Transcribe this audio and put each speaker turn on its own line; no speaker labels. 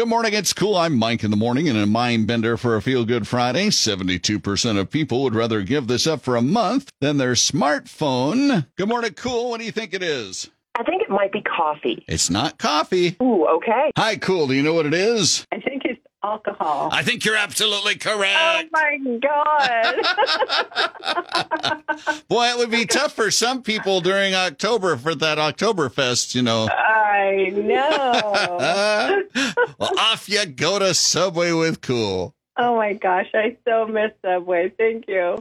Good morning. It's cool. I'm Mike in the morning and a mind bender for a feel good Friday. 72% of people would rather give this up for a month than their smartphone. Good morning, cool. What do you think it is?
I think it might be coffee.
It's not coffee.
Ooh, okay.
Hi, cool. Do you know what it is?
I think it's alcohol.
I think you're absolutely
Oh
correct.
my god.
Boy, it would be tough for some people during October for that Oktoberfest, you know.
I know.
Uh, well, off you go to Subway with cool.
Oh my gosh, I so miss Subway. Thank you.